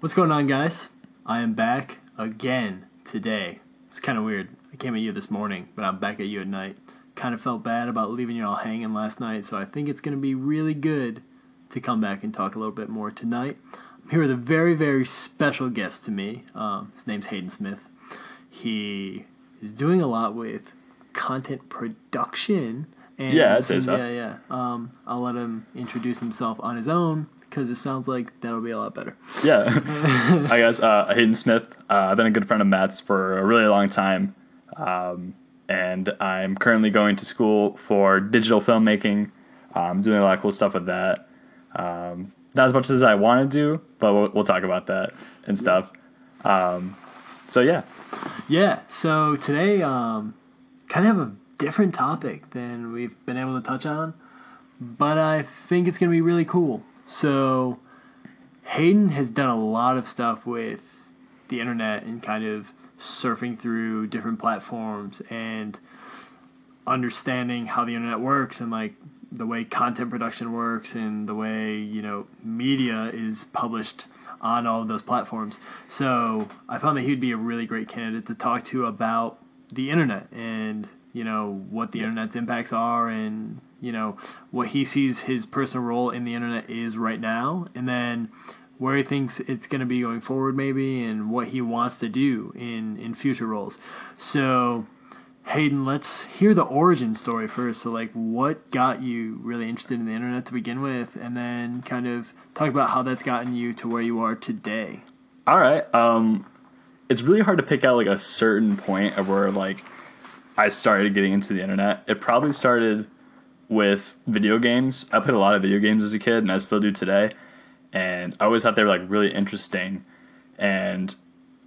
What's going on, guys? I am back again today. It's kind of weird. I came at you this morning, but I'm back at you at night. Kind of felt bad about leaving you all hanging last night, so I think it's going to be really good to come back and talk a little bit more tonight. I'm here with a very, very special guest to me. Um, his name's Hayden Smith. He is doing a lot with content production. And Yeah, I'd some- say so. Yeah, yeah. Um, I'll let him introduce himself on his own because it sounds like that'll be a lot better. Yeah. Hi guys, uh, Hayden Smith. Uh, I've been a good friend of Matt's for a really long time, um, and I'm currently going to school for digital filmmaking. I'm doing a lot of cool stuff with that. Um, not as much as I want to do, but we'll, we'll talk about that and stuff. Um, so yeah, Yeah, so today, um, kind of have a different topic than we've been able to touch on, but I think it's going to be really cool. So, Hayden has done a lot of stuff with the internet and kind of surfing through different platforms and understanding how the internet works and like the way content production works and the way you know media is published on all of those platforms so i found that he would be a really great candidate to talk to about the internet and you know what the internet's impacts are and you know what he sees his personal role in the internet is right now and then where he thinks it's going to be going forward maybe and what he wants to do in in future roles so Hayden, let's hear the origin story first. So, like, what got you really interested in the internet to begin with, and then kind of talk about how that's gotten you to where you are today. All right. Um, it's really hard to pick out like a certain point of where like I started getting into the internet. It probably started with video games. I played a lot of video games as a kid, and I still do today. And I always thought they were like really interesting. And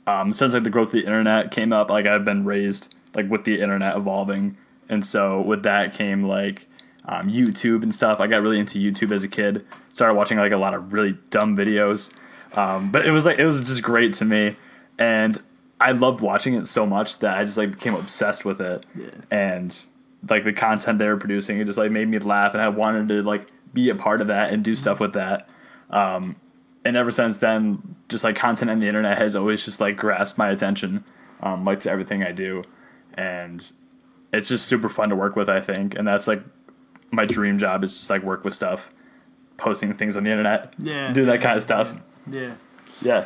um, since like the growth of the internet came up, like I've been raised like with the internet evolving, and so with that came like um, YouTube and stuff. I got really into YouTube as a kid. Started watching like a lot of really dumb videos, um, but it was like it was just great to me, and I loved watching it so much that I just like became obsessed with it, and like the content they were producing, it just like made me laugh, and I wanted to like be a part of that and do stuff with that and ever since then, just like content on the internet has always just like grasped my attention, um, like to everything I do, and it's just super fun to work with. I think, and that's like my dream job is just like work with stuff, posting things on the internet, Yeah. do that kind of stuff. Yeah. Yeah,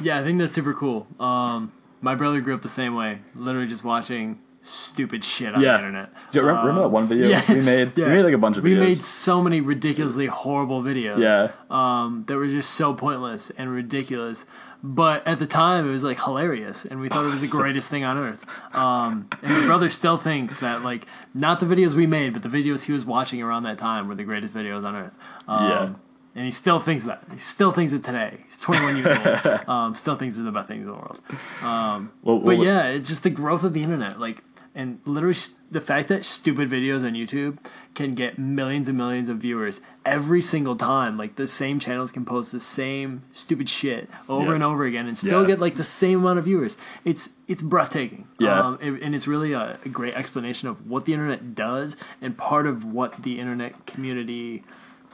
Yeah, I think that's super cool. Um, my brother grew up the same way, literally just watching stupid shit on Yeah. the internet. Um, Do you remember, remember that one video we made? yeah. We made like a bunch of We videos. made so many ridiculously horrible videos. yeah, um, that were just so pointless and ridiculous. But at the time, it was like hilarious, and we thought it was the Awesome. greatest thing on earth. Um, and my brother still thinks that like not the videos we made, but the videos he was watching around that time were the greatest videos on earth. Um, Yeah. And he still thinks that. He still thinks it today. He's 21 years old. Um, still thinks it's the best thing in the world. well, But well, yeah, it's just the growth of the internet, like, and literally s- the fact that stupid videos on YouTube can get millions and millions of viewers every single time. Like the same channels can post the same stupid shit over Yeah. and over again and still Yeah. get like the same amount of viewers. It's it's breathtaking. Yeah. um, and- and it's really a, a great explanation of what the internet does and part of what the internet community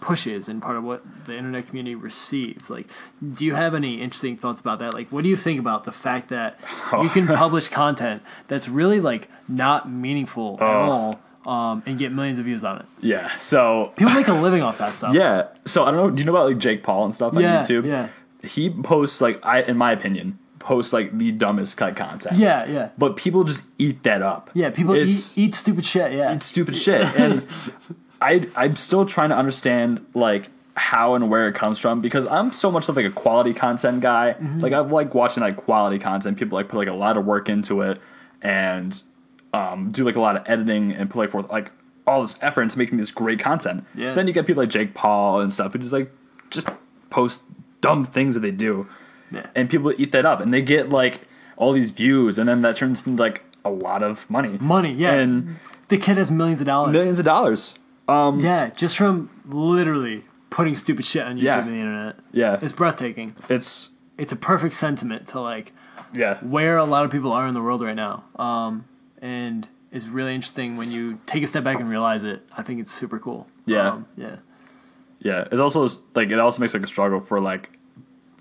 pushes and part of what the internet community receives. Like, do you have any interesting thoughts about that? Like, what do you think about the fact that you can publish content that's really like not meaningful Oh. at all um, and get millions of views on it? yeah. So People make a living off that stuff. yeah, so I don't know. Do you know about like Jake Paul and stuff on Yeah, YouTube? yeah. he posts like I, in my opinion, posts like the dumbest cut content. yeah, yeah, but people just eat that up. yeah. People it's, eat, eat stupid shit. Yeah, eat stupid shit, and I I'm still trying to understand like how and where it comes from because I'm so much of like a quality content guy. Mm-hmm. Like I like watching like quality content. People like put like a lot of work into it and um, do like a lot of editing and put like forth like all this effort into making this great content. Yeah. Then you get people like Jake Paul and stuff who just like just post dumb things that they do yeah. and people eat that up and they get like all these views and then that turns into like a lot of money Money, yeah. and the kid has millions of dollars. millions of dollars Yeah, just from literally putting stupid shit on YouTube Yeah. and the internet. yeah It's it's, breathtaking. It's a perfect sentiment to like yeah where a lot of people are in the world right now. Um, and it's really interesting when you take a step back and realize it. I think it's super cool. Yeah. Um, yeah. yeah it's also like it also makes like a struggle for like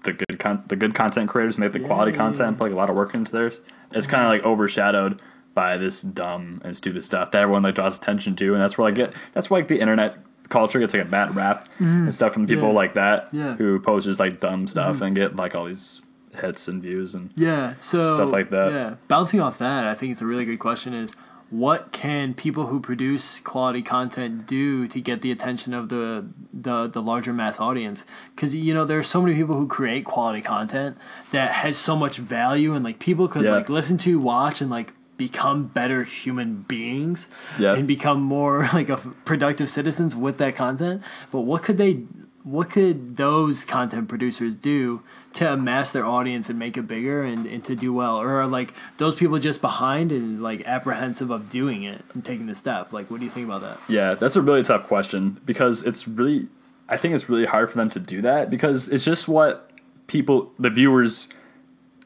the good con- the good content creators make the quality content, put like a lot of work into theirs. It's kind of like overshadowed by this dumb and stupid stuff that everyone like draws attention to, and that's where like it, that's why like the internet culture gets like a bad rap and stuff from people Yeah. like that Yeah. who post just like dumb stuff and get like all these hits and views and Yeah, so Stuff like that. Yeah, bouncing off that, I think it's a really good question. Is what can people who produce quality content do to get the attention of the the, the larger mass audience? Because you know there are so many people who create quality content that has so much value, and like people could Yeah. like listen to, watch, and like become better human beings Yeah. and become more like a productive citizens with that content. But what could they what could those content producers do to amass their audience and make it bigger and, and to do well? Or are like those people just behind and like apprehensive of doing it and taking the step? Like what do you think about that? Yeah, that's a really tough question because it's really, I think it's really hard for them to do that because it's just what people, the viewers,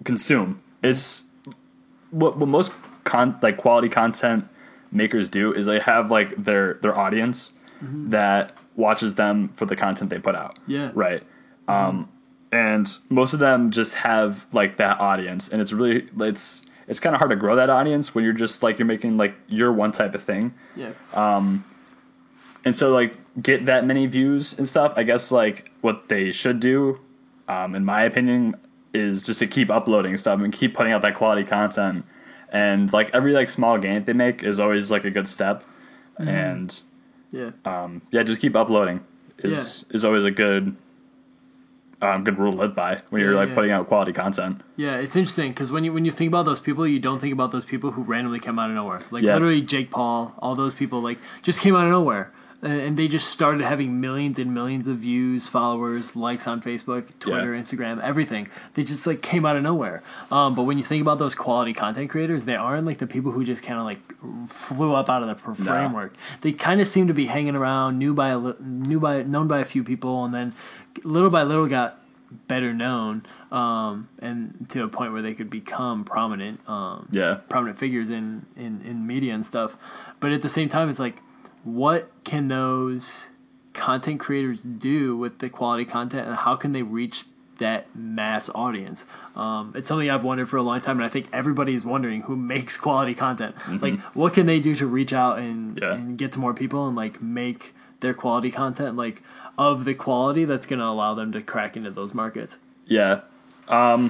consume. It's what, what most con like quality content makers do is they have like their their audience that watches them for the content they put out. Yeah. Right. Um, and most of them just have like that audience, and it's really it's it's kind of hard to grow that audience when you're just like you're making like your one type of thing Yeah. Uh, and so like get that many views and stuff i guess like what they should do um, in my opinion is just to keep uploading stuff and keep putting out that quality content and like every like small gain that they make is always like a good step Mm-hmm. and yeah. um, yeah just keep uploading is is always a good um, good rule to live by when you're Yeah, like yeah. putting out quality content Yeah, it's interesting because when you when you think about those people, you don't think about those people who randomly came out of nowhere. Like Yeah. literally Jake Paul, all those people like just came out of nowhere, and, and they just started having millions and millions of views, followers, likes on Facebook, Twitter, Instagram, everything. They just like came out of nowhere. Um, but when you think about those quality content creators, they aren't like the people who just kind of like flew up out of the pr- framework. They kind of seem to be hanging around, knew by a li- knew by known by a few people, and then little by little got better known um, and to a point where they could become prominent um, yeah prominent figures in, in in media and stuff but at the same time it's like what can those content creators do with the quality content and how can they reach that mass audience um, it's something i've wondered for a long time and i think everybody's wondering who makes quality content like what can they do to reach out and, Yeah. and get to more people and like make their quality content like of the quality that's going to allow them to crack into those markets Yeah. Um, I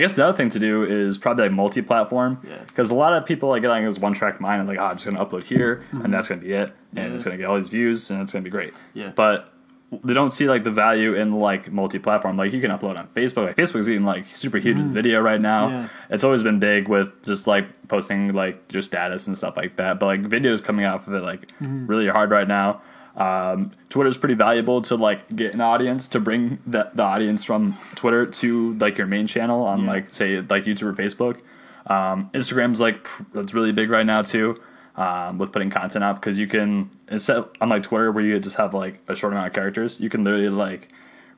guess the other thing to do is probably like multi-platform. Yeah. Because a lot of people like get on this one-track mind and like, oh, I'm just gonna upload here and that's gonna be it, and Yeah. it's gonna get all these views and it's gonna be great. Mm-hmm. Yeah. But they don't see like the value in like multi-platform. Like you can upload on Facebook. Like Facebook's getting like super huge with video right now. Yeah. It's always been big with just like posting like your status and stuff like that. But like videos coming off of it like really hard right now. Um, Twitter's pretty valuable to like get an audience to bring the, the audience from Twitter to like your main channel on like say like YouTube or Facebook. Um, Instagram's like pr- it's really big right now too um, with putting content out because you can instead unlike Twitter where you just have like a short amount of characters, you can literally like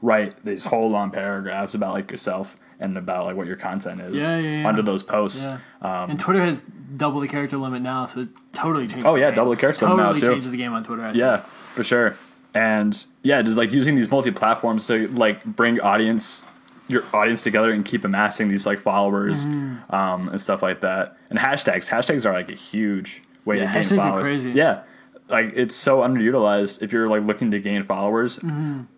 write these whole long paragraphs about like yourself and about like what your content is Yeah, yeah, yeah. under those posts. Yeah. Um, and Twitter has double the character limit now, so it totally changes. Oh, yeah, game. double the character totally limit now, too. changes the game on Twitter. I think. Yeah, for sure. And yeah, just like using these multi platforms to like bring audience your audience together and keep amassing these like followers Mm. um, and stuff like that. And hashtags, hashtags are like a huge way Yeah, to gain hashtags are followers. crazy. Yeah, like it's so underutilized if you're like looking to gain followers. Um,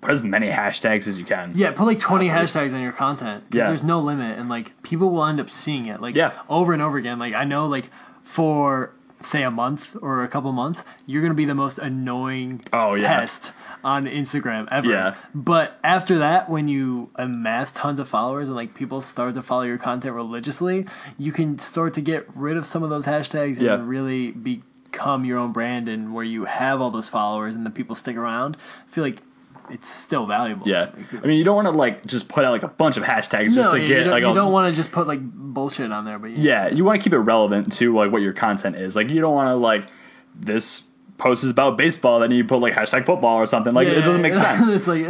put as many hashtags as you can. Mm-hmm. Yeah, put like 20 Honestly. hashtags on your content. 'cause Yeah. There's no limit, and like people will end up seeing it like Yeah. over and over again. Like I know, like for say a month or a couple months, you're gonna be the most annoying Oh, yeah. pest on Instagram ever. Yeah. But after that, when you amass tons of followers and like people start to follow your content religiously, you can start to get rid of some of those hashtags and Yeah. really become your own brand and where you have all those followers and the people stick around. I feel like it's still valuable. Yeah, I mean, you don't want to like just put out like a bunch of hashtags just to yeah, you get don't, like you all don't want to just put like bullshit on there, but yeah, Yeah, you want to keep it relevant to like what your content is. Like you don't want to like this post is about baseball, then you put like hashtag football or something. Like Yeah, it doesn't make yeah. sense. it's like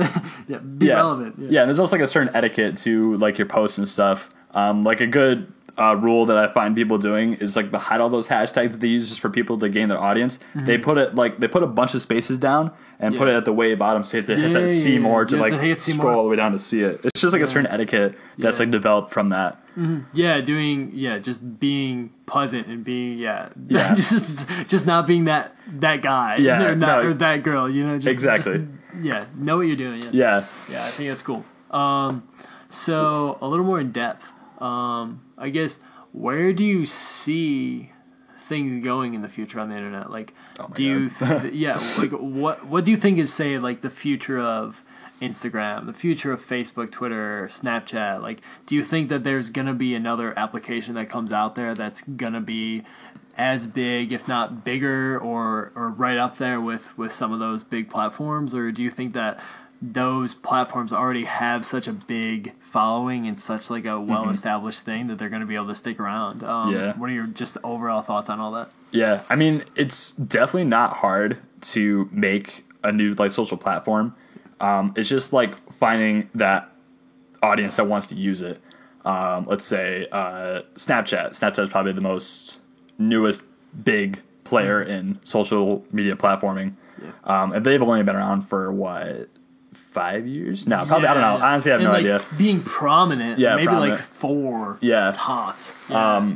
yeah, be yeah. relevant. Yeah. and there's also like a certain etiquette to like your posts and stuff. Um, like a good uh, rule that I find people doing is like behind all those hashtags that they use just for people to gain their audience. They put it like they put a bunch of spaces down and put Mm-hmm. Yeah. it at the way bottom, so you have to hit Yeah, that see yeah, more you to have like to hit see scroll more. all the way down to see it. It's just like a certain etiquette that's Yeah. like developed from that. Yeah, doing yeah, just being pleasant and being yeah, Yeah. just, just just not being that that guy, Yeah, or, not, no. or that girl, you know, just, Exactly. just, yeah, know what you're doing, yeah, Yeah, Yeah, I think that's cool. Um, so a little more in depth, um, I guess, where do you see things going in the future on the internet? Like, Oh my do you, th- yeah, like what what do you think is say like the future of Instagram, the future of Facebook, Twitter, Snapchat? Like, do you think that there's gonna be another application that comes out there that's gonna be as big, if not bigger, or or right up there with with some of those big platforms, or do you think that those platforms already have such a big following and such like a well-established thing that they're going to be able to stick around. Um, Yeah. What are your just overall thoughts on all that? yeah. I mean, it's definitely not hard to make a new like social platform. Um, it's just like finding that audience that wants to use it. Um, let's say uh, Snapchat. Snapchat's probably the most newest big Mm. player in social media platforming. Um, and they've only been around for what five years? No, probably I don't know. Yeah. Honestly, I have And, no like, idea. Being prominent, Yeah, maybe prominent. like four Yeah. tops. Yeah.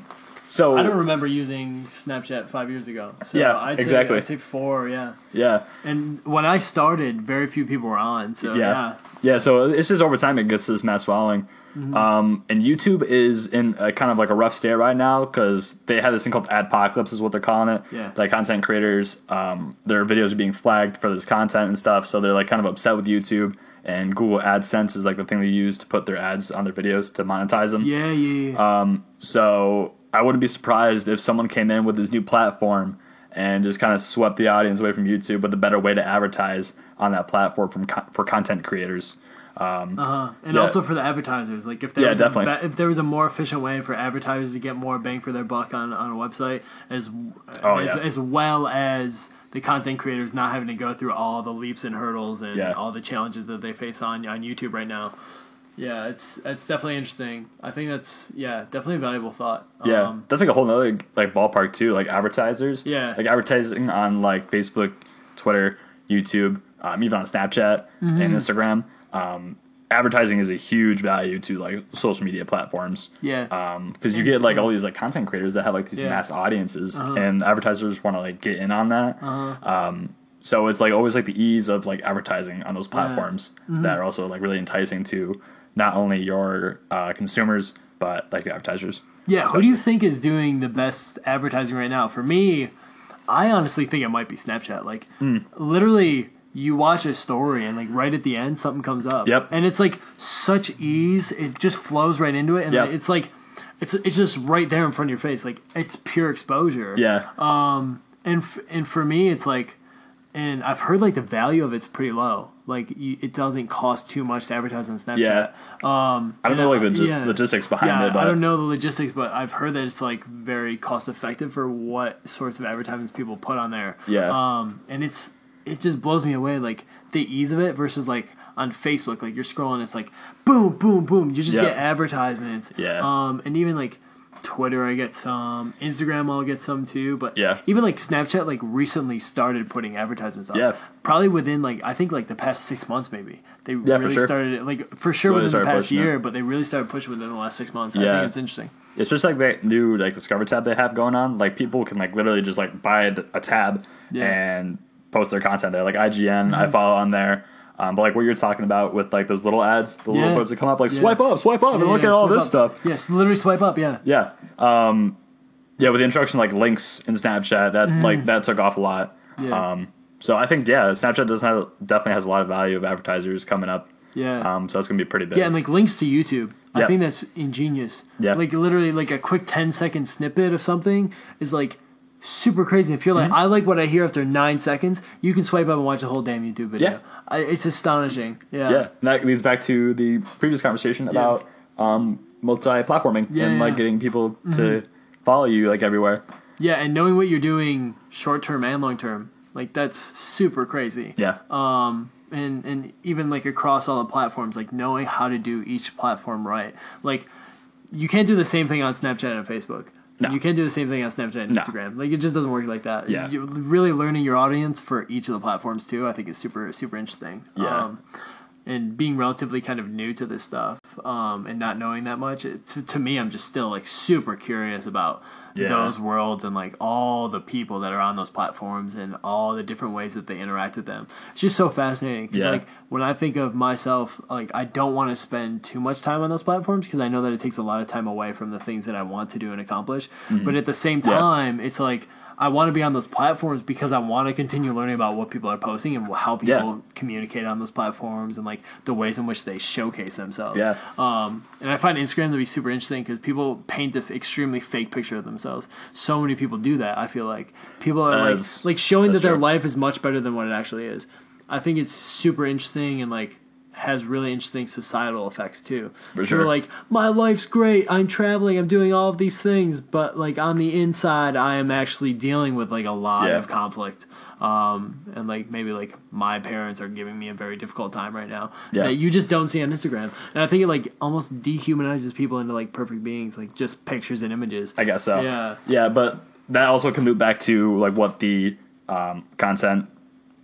So I don't remember using Snapchat five years ago. So Yeah, I'd say, exactly. I'd say four, yeah. yeah, And when I started, very few people were on. So Oh, yeah, yeah, yeah. So it's just over time it gets this mass following. Mm-hmm. Um, and YouTube is in a kind of like a rough state right now because they have this thing called adpocalypse is what they're calling it. Yeah. Like content creators, um, their videos are being flagged for this content and stuff, so they're like kind of upset with YouTube. And Google AdSense is like the thing they use to put their ads on their videos to monetize them. yeah, yeah. yeah. So I wouldn't be surprised if someone came in with this new platform and just kind of swept the audience away from YouTube with a better way to advertise on that platform from con- for content creators. And Yeah. also for the advertisers, like if there Yeah, was a definitely. be- if there was a more efficient way for advertisers to get more bang for their buck on, on a website, as Oh, as, yeah. as well as the content creators not having to go through all the leaps and hurdles and Yeah. all the challenges that they face on on YouTube right now. Yeah, it's it's definitely interesting. I think that's yeah, definitely a valuable thought. Yeah, Um, that's like a whole nother like ballpark too. Like advertisers. Yeah. Like advertising on like Facebook, Twitter, YouTube, um, even on Snapchat Mm-hmm. and Instagram. Um, advertising is a huge value to like social media platforms. yeah. because you get like all these like content creators that have like these Yeah. Uh-huh. mass audiences and advertisers want to like get in on that um, so it's like always like the ease of like advertising on those platforms Mm-hmm. that are also like really enticing to not only your uh, consumers but like your advertisers Yeah, who do you think is doing the best advertising right now? For me, I honestly think it might be Snapchat. Like, Hmm. literally, you watch a story and like right at the end, something comes up. Yep. And it's like such ease; it just flows right into it, and Yep. like, it's like it's it's just right there in front of your face. Like it's pure exposure. yeah And f- and for me, it's like, and I've heard like the value of it's pretty low. Like you, it doesn't cost too much to advertise on Snapchat. yeah um, i don't know like the logis- yeah. logistics behind Yeah, it but I don't know the logistics, but I've heard that it's like very cost effective for what sorts of advertisements people put on there. Yeah. Um, and it's it just blows me away, like the ease of it versus like on Facebook, like you're scrolling, it's like boom, boom, boom. You just Yeah. get advertisements. Yeah. Um, and even like Twitter, I get some. Instagram, I'll get some too. But Yeah. even like Snapchat, like recently started putting advertisements up. Yeah. Probably within like I think like the past six months, maybe they for really sure. started it like for sure Really within the started past pushing it. year but they really started pushing within the last six months. I Yeah. think it's interesting. especially like that new like discover tab they have going on like people can like literally just like buy a, a tab Yeah. Mm-hmm. and post their content there like ign i follow on there um, but like what you're talking about with like those little ads the Yeah. little webs that come up like Yeah. swipe up swipe up and look at all this stuff Yes, literally swipe up. Yeah, yeah um, yeah with the introduction like links in snapchat that Mm-hmm. like that took off a lot Yeah. um, so i think yeah snapchat does have definitely has a lot of value of advertisers coming up yeah, um, so that's gonna be pretty big yeah, and like links to YouTube. I Yeah. think that's ingenious. Yeah. like literally like a quick 10 second snippet of something is like super crazy. If you're like, Mm-hmm. I like what I hear after nine seconds, you can swipe up and watch a whole damn YouTube video. Yeah. I, it's astonishing. Yeah, yeah, and that leads back to the previous conversation about um, multi-platforming Yeah, and yeah. Mm-hmm. like Uh, getting people to follow you like everywhere. yeah, and knowing what you're doing short term and long term, like that's super crazy. Yeah, and and even like across all the platforms like knowing how to do each platform right like you can't do the same thing on Snapchat and Facebook. No. You can't do the same thing on Snapchat and No. Instagram. Like it just doesn't work like that. Yeah. You, really learning your audience for each of the platforms too, I think is super super interesting. Um, Yeah. and being relatively kind of new to this stuff um, and not knowing that much, it, to, to me, I'm just still like super curious about Yeah. those worlds and like all the people that are on those platforms and all the different ways that they interact with them. It's just so fascinating. 'cause, Yeah. like when I think of myself, like I don't want to spend too much time on those platforms because I know that it takes a lot of time away from the things that I want to do and accomplish. But at the same Mm-hmm. Yeah. time, it's like I want to be on those platforms because I want to continue learning about what people are posting and how people Yeah. communicate on those platforms and like the ways in which they showcase themselves. Yeah. Um, and I find Instagram to be super interesting because people paint this extremely fake picture of themselves. So many people do that. I feel like people are like That's- like showing that that's their true. life is much better than what it actually is. I think it's super interesting and like has really interesting societal effects too. For sure. like my life's great. I'm traveling. I'm doing all of these things, but like on the inside, I am actually dealing with like a lot Yeah. of conflict. Um, and like maybe like my parents are giving me a very difficult time right now Yeah. that you just don't see on Instagram. And I think it like almost dehumanizes people into like perfect beings, like just pictures and images. I guess so. Yeah. Yeah, but that also can loop back to like what the um, content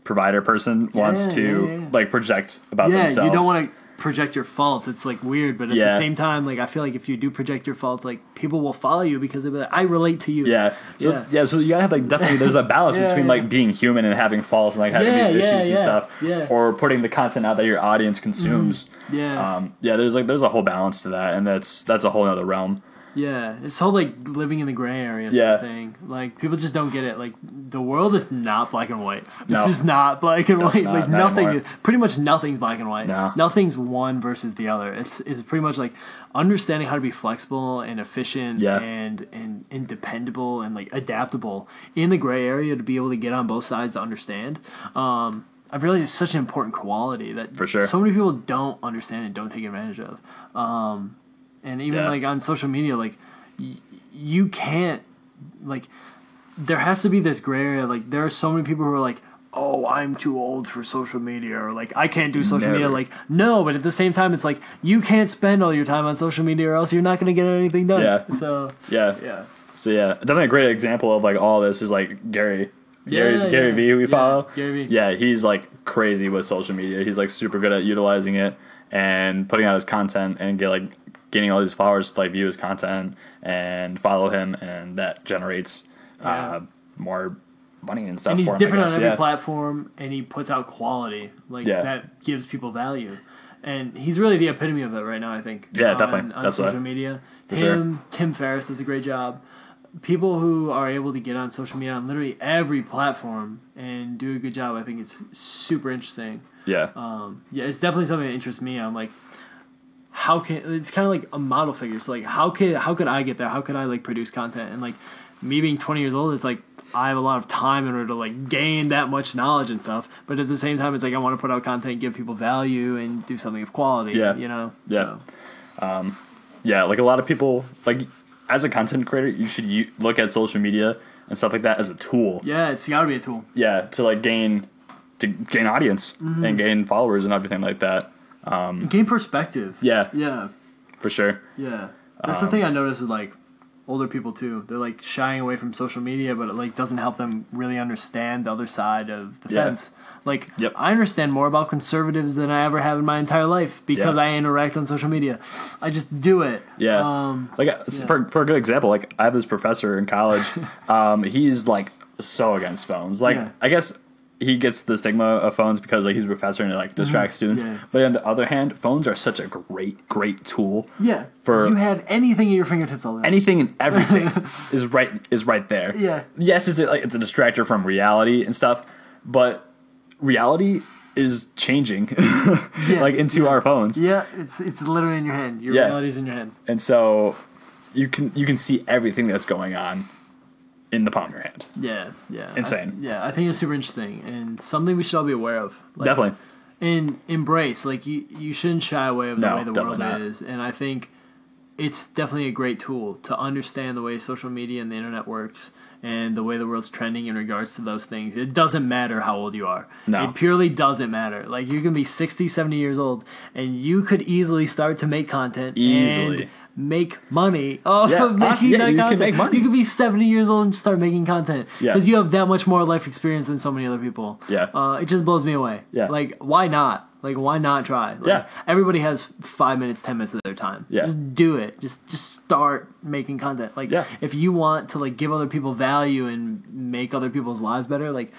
provider person wants Yeah, to yeah, yeah. like project about yeah, themselves. you don't want to project your faults. It's like weird, but at the Yeah. same time, like I feel like if you do project your faults, like people will follow you because they'll be like, I relate to you. Yeah. So Yeah. yeah. So you gotta have like definitely there's a balance Yeah, between yeah. like being human and having faults and like having Yeah, these yeah, issues and yeah, stuff, yeah. Mm-hmm. or putting the content out that your audience consumes. Yeah. Um, yeah. There's like there's a whole balance to that, and that's that's a whole other realm. yeah. It's whole like living in the gray area sort Yeah. of thing. Like people just don't get it. Like the world is not black and white. This No. is not black and white. not- like not nothing anymore. is- pretty much nothing's black and white. No. Nothing's one versus the other. It's it's pretty much like understanding how to be flexible and efficient Yeah. and and and dependable and like adaptable in the gray area to be able to get on both sides to understand. Um, I've realized it's such an important quality that For sure. so many people don't understand and don't take advantage of. Um, and even Yeah. like on social media, like y- you can't like there has to be this gray area. Like there are so many people who are like, "Oh, I'm too old for social media," or like, "I can't do social media." Never. Like, no, but at the same time, it's like you can't spend all your time on social media, or else you're not going to get anything done. Yeah. So Yeah. yeah, So yeah, definitely a great example of like all this is like Gary. Gary, Yeah, Gary yeah. V, who we Yeah, follow. Gary V. Yeah, he's like crazy with social media. He's like super good at utilizing it and putting out his content and get like getting all these followers to like view his content and follow him, and that generates Yeah. uh, more money and stuff. and he's for him, I different guess. on every yeah. platform, and he puts out quality like Yeah. that gives people value. And he's really the epitome of that right now. I think. Yeah, on- definitely. On That's what I- social media, sure. him, Tim Ferriss does a great job. people who are able to get on social media on literally every platform and do a good job, I think it's super interesting. Yeah, Um, yeah, it's definitely something that interests me. I'm like, how can it's kind of like a model figure. So like, how could how could I get there? How could I like produce content? And like, me being 20 years old, it's like I have a lot of time in order to like gain that much knowledge and stuff. But at the same time, it's like I want to put out content, give people value, and do something of quality. Yeah. you know. Yeah. So, yeah. Like a lot of people, like as a content creator, you should u- look at social media and stuff like that as a tool. yeah, it's got to be a tool. yeah to like gain to gain audience Mm-hmm. and gain followers and everything like that Gain perspective. yeah, Yeah. for sure Yeah, that's Um, the thing I noticed with like older people too. They're like shying away from social media, but it like doesn't help them really understand the other side of the Yeah. fence. Like Yep. I understand more about conservatives than I ever have in my entire life because Yeah. I interact on social media. I just do it. yeah Um, like uh, s- for, for a good example like i have this professor in college um he's like so against phones like Yeah. i guess he gets the stigma of phones because like he's a professor and it like distracts students Mm-hmm. Yeah. but on the other hand phones are such a great great tool yeah. For- you had anything at your fingertips all the time. anything and everything is right is right there. Yeah. Yes, it's a, like it's a distractor from reality and stuff, but reality is changing like into our phones. yeah, it's it's literally in your hand. Your Yeah. reality's in your hand. And so you can you can see everything that's going on in the palm of your hand. Yeah, yeah. Insane. I- yeah, I think it's super interesting and something we should all be aware of. Like, Definitely. and embrace like you you shouldn't shy away of the No, way the world definitely not. is and i think it's definitely a great tool to understand the way social media and the internet works and the way the world's trending in regards to those things it doesn't matter how old you are No. it purely doesn't matter like you can be 60 70 years old and you could easily start to make content Easily. and make money off Yeah, of making honestly, yeah, that you can content. make money. You could be 70 years old and start making content Yeah. because you have that much more life experience than so many other people. Yeah. Uh, it just blows me away. Yeah. Like, why not? Like, why not try? Like, Yeah. Everybody has five minutes, 10 minutes of their time. Yeah. Just do it. Just, just start making content. Like, Yeah. if you want to, like, give other people value and make other people's lives better, like,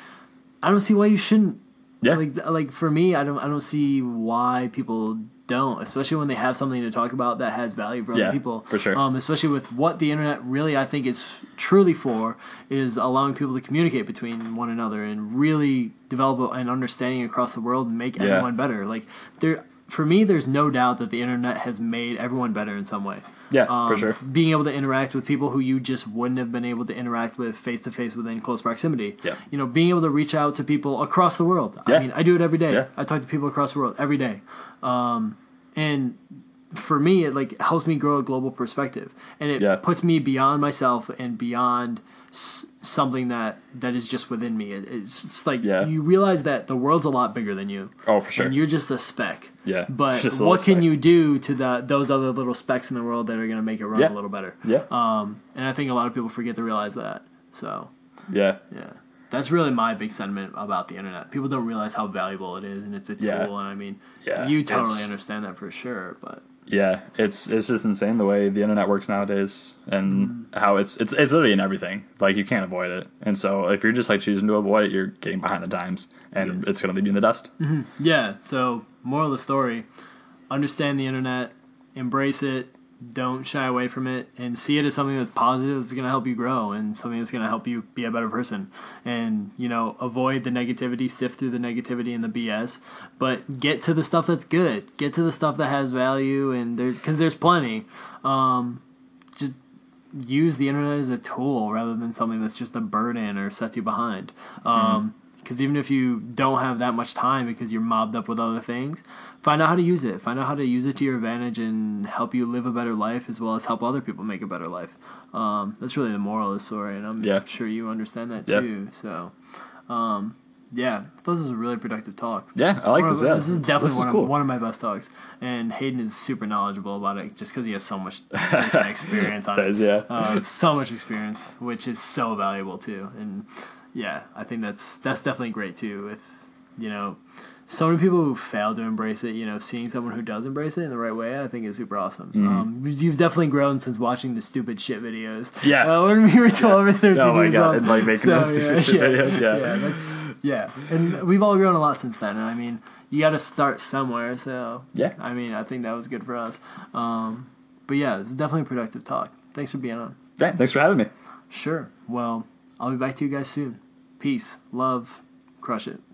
I don't see why you shouldn't Yeah. like th- like for me i don't i don't see why people don't especially when they have something to talk about that has value for Yeah, other people for sure. um, especially with what the internet really i think is truly for is allowing people to communicate between one another and really develop an understanding across the world and make everyone better like there for me there's no doubt that the internet has made everyone better in some way yeah, um, for sure. Being able to interact with people who you just wouldn't have been able to interact with face to face within close proximity. Yeah. You know, being able to reach out to people across the world. Yeah. I mean, I do it every day. Yeah. I talk to people across the world every day. Um, and for me, it like helps me grow a global perspective, and it Yeah. puts me beyond myself and beyond s- something that that is just within me. It, it's, it's like Yeah. you realize that the world's a lot bigger than you. Oh, for sure. And you're just a speck. Yeah, But just a little what can speck. you do to the those other little specks in the world that are going to make it run Yeah. a little better? Yeah. Um, and I think a lot of people forget to realize that. So yeah. yeah, that's really my big sentiment about the internet. People don't realize how valuable it is, and it's a tool. Yeah. And I mean, Yeah, you totally it's- understand that for sure. But Yeah, it's it's just insane the way the internet works nowadays and Mm. how it's it's it's literally in everything. Like you can't avoid it. And so if you're just like choosing to avoid it, you're getting behind the times and it's gonna leave you in the dust. Mm-hmm. yeah, so moral of the story: understand the internet, embrace it. Don't shy away from it and see it as something that's positive that's going to help you grow and something that's going to help you be a better person. And, you know, avoid the negativity, sift through the negativity and the BS, but get to the stuff that's good. Get to the stuff that has value and there's because there's plenty. Um, just use the internet as a tool rather than something that's just a burden or sets you behind. Because Mm-hmm. even if you don't have that much time because you're mobbed up with other things, find out how to use it. Find out how to use it to your advantage and help you live a better life as well as help other people make a better life. Um, that's really the moral of the story, and I'm Yeah. sure you understand that Yeah. too. So. Um, yeah, I thought this was a really productive talk. Yeah, It's I like one this, of- yeah. This is definitely This is one, cool. of, one of my best talks, and Hayden is super knowledgeable about it just because he has so much freaking experience on That it is yeah. uh, so much experience, which is so valuable too. And yeah, I think that's that's definitely great too. With you know, so many people who fail to embrace it, you know, seeing someone who does embrace it in the right way, I think is super awesome. Mm-hmm. Um, you've definitely grown since watching the stupid shit videos. Yeah. uh, when we were twelve or thirteen Oh my years God, old, and, like, making those stupid shit videos, yeah. yeah, that's yeah, and we've all grown a lot since then. And I mean, you got to start somewhere. So Yeah. I mean, I think that was good for us. Um, but yeah, it was definitely a productive talk. Thanks for being on. yeah. Thanks for having me. Sure. Well, I'll be back to you guys soon. Peace, love, crush it.